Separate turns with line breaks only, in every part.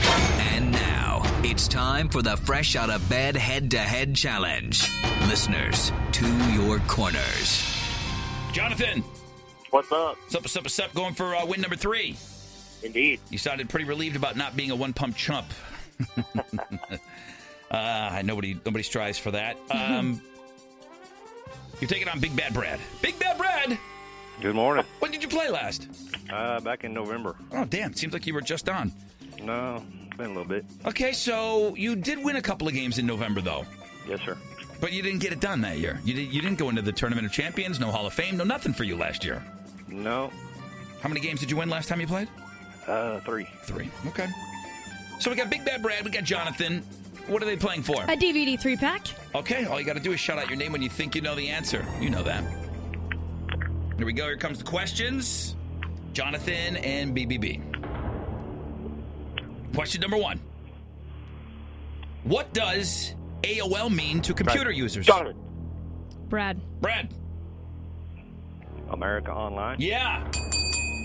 And now it's time for the Fresh Out of Bed Head to Head Challenge. Listeners, to your corners.
Jonathan,
What's up?
sup, sup, sup, going for uh, win number three.
Indeed.
You sounded pretty relieved about not being a one pump chump. uh, nobody, nobody strives for that. Um, you're taking on Big Bad Brad. Big Bad Brad,
Good morning.
when did you play last?
Uh, back in November.
Oh, damn, seems like you were just on.
No, it's been a little bit.
Okay, so you did win a couple of games in November, though,
Yes, sir.
but you didn't get it done that year. You, did, you didn't go into the Tournament of Champions, no Hall of Fame, no nothing for you last year.
No,
How many games did you win last time you played?
uh, three.
Three. Okay. So we got Big Bad Brad, we got Jonathan. What are they playing for?
A DVD three pack.
Okay, all you got to do is shout out your name when you think you know the answer. You know that. Here we go. Here comes the questions. Jonathan and BBB. Question number one What does AOL mean to computer users?
Jonathan.
Brad.
Brad.
America Online.
Yeah.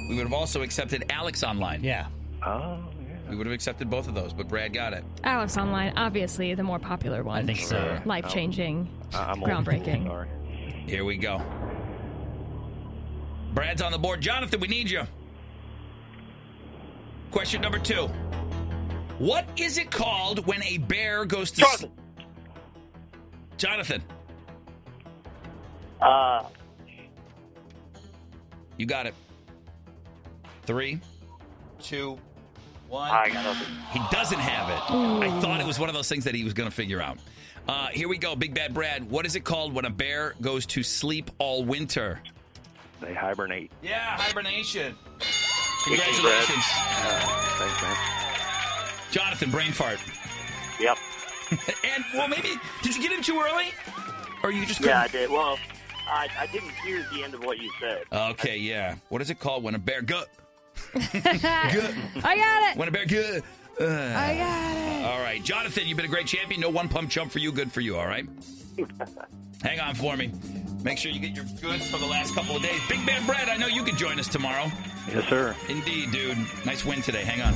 We would have also accepted Alex online.
Yeah.
Oh, yeah.
We would have accepted both of those, but Brad got it.
Alex Online, obviously the more popular one.
I think so.
Life changing,
I- Uh, I'm old school,
groundbreaking.
Sorry.
Here we go. Brad's on the board. Jonathan, we need you. Question number two. What is it called when a bear goes to
Jonathan.
Jonathan,
Uh,
you got it. Three, two, one.
I got nothing.
He doesn't have it. I thought it was one of those things that he was going to figure out. Uh, here we go, Big Bad Brad. What is it called when a bear goes to sleep all winter?
They hibernate.
Yeah, hibernation.
you, Brad.
Congratulations.
Thanks, man.
Jonathan, brain fart.
Yep.
And well, maybe did you get in too early, or you just
Yeah, I
couldn't?
did. Well, I, I didn't hear the end of what you said.
Okay, yeah. What is it called when a bear go?
I got it.
When a bear go? Uh,
I got it.
all right, Jonathan, you've been a great champion. No one pump jump for you. Good for you. All right. Hang on for me. Make sure you get your goods for the last couple of days. Big Bad Brad, I know you can join us tomorrow.
Yes, sir.
Indeed, dude. Nice win today. Hang on.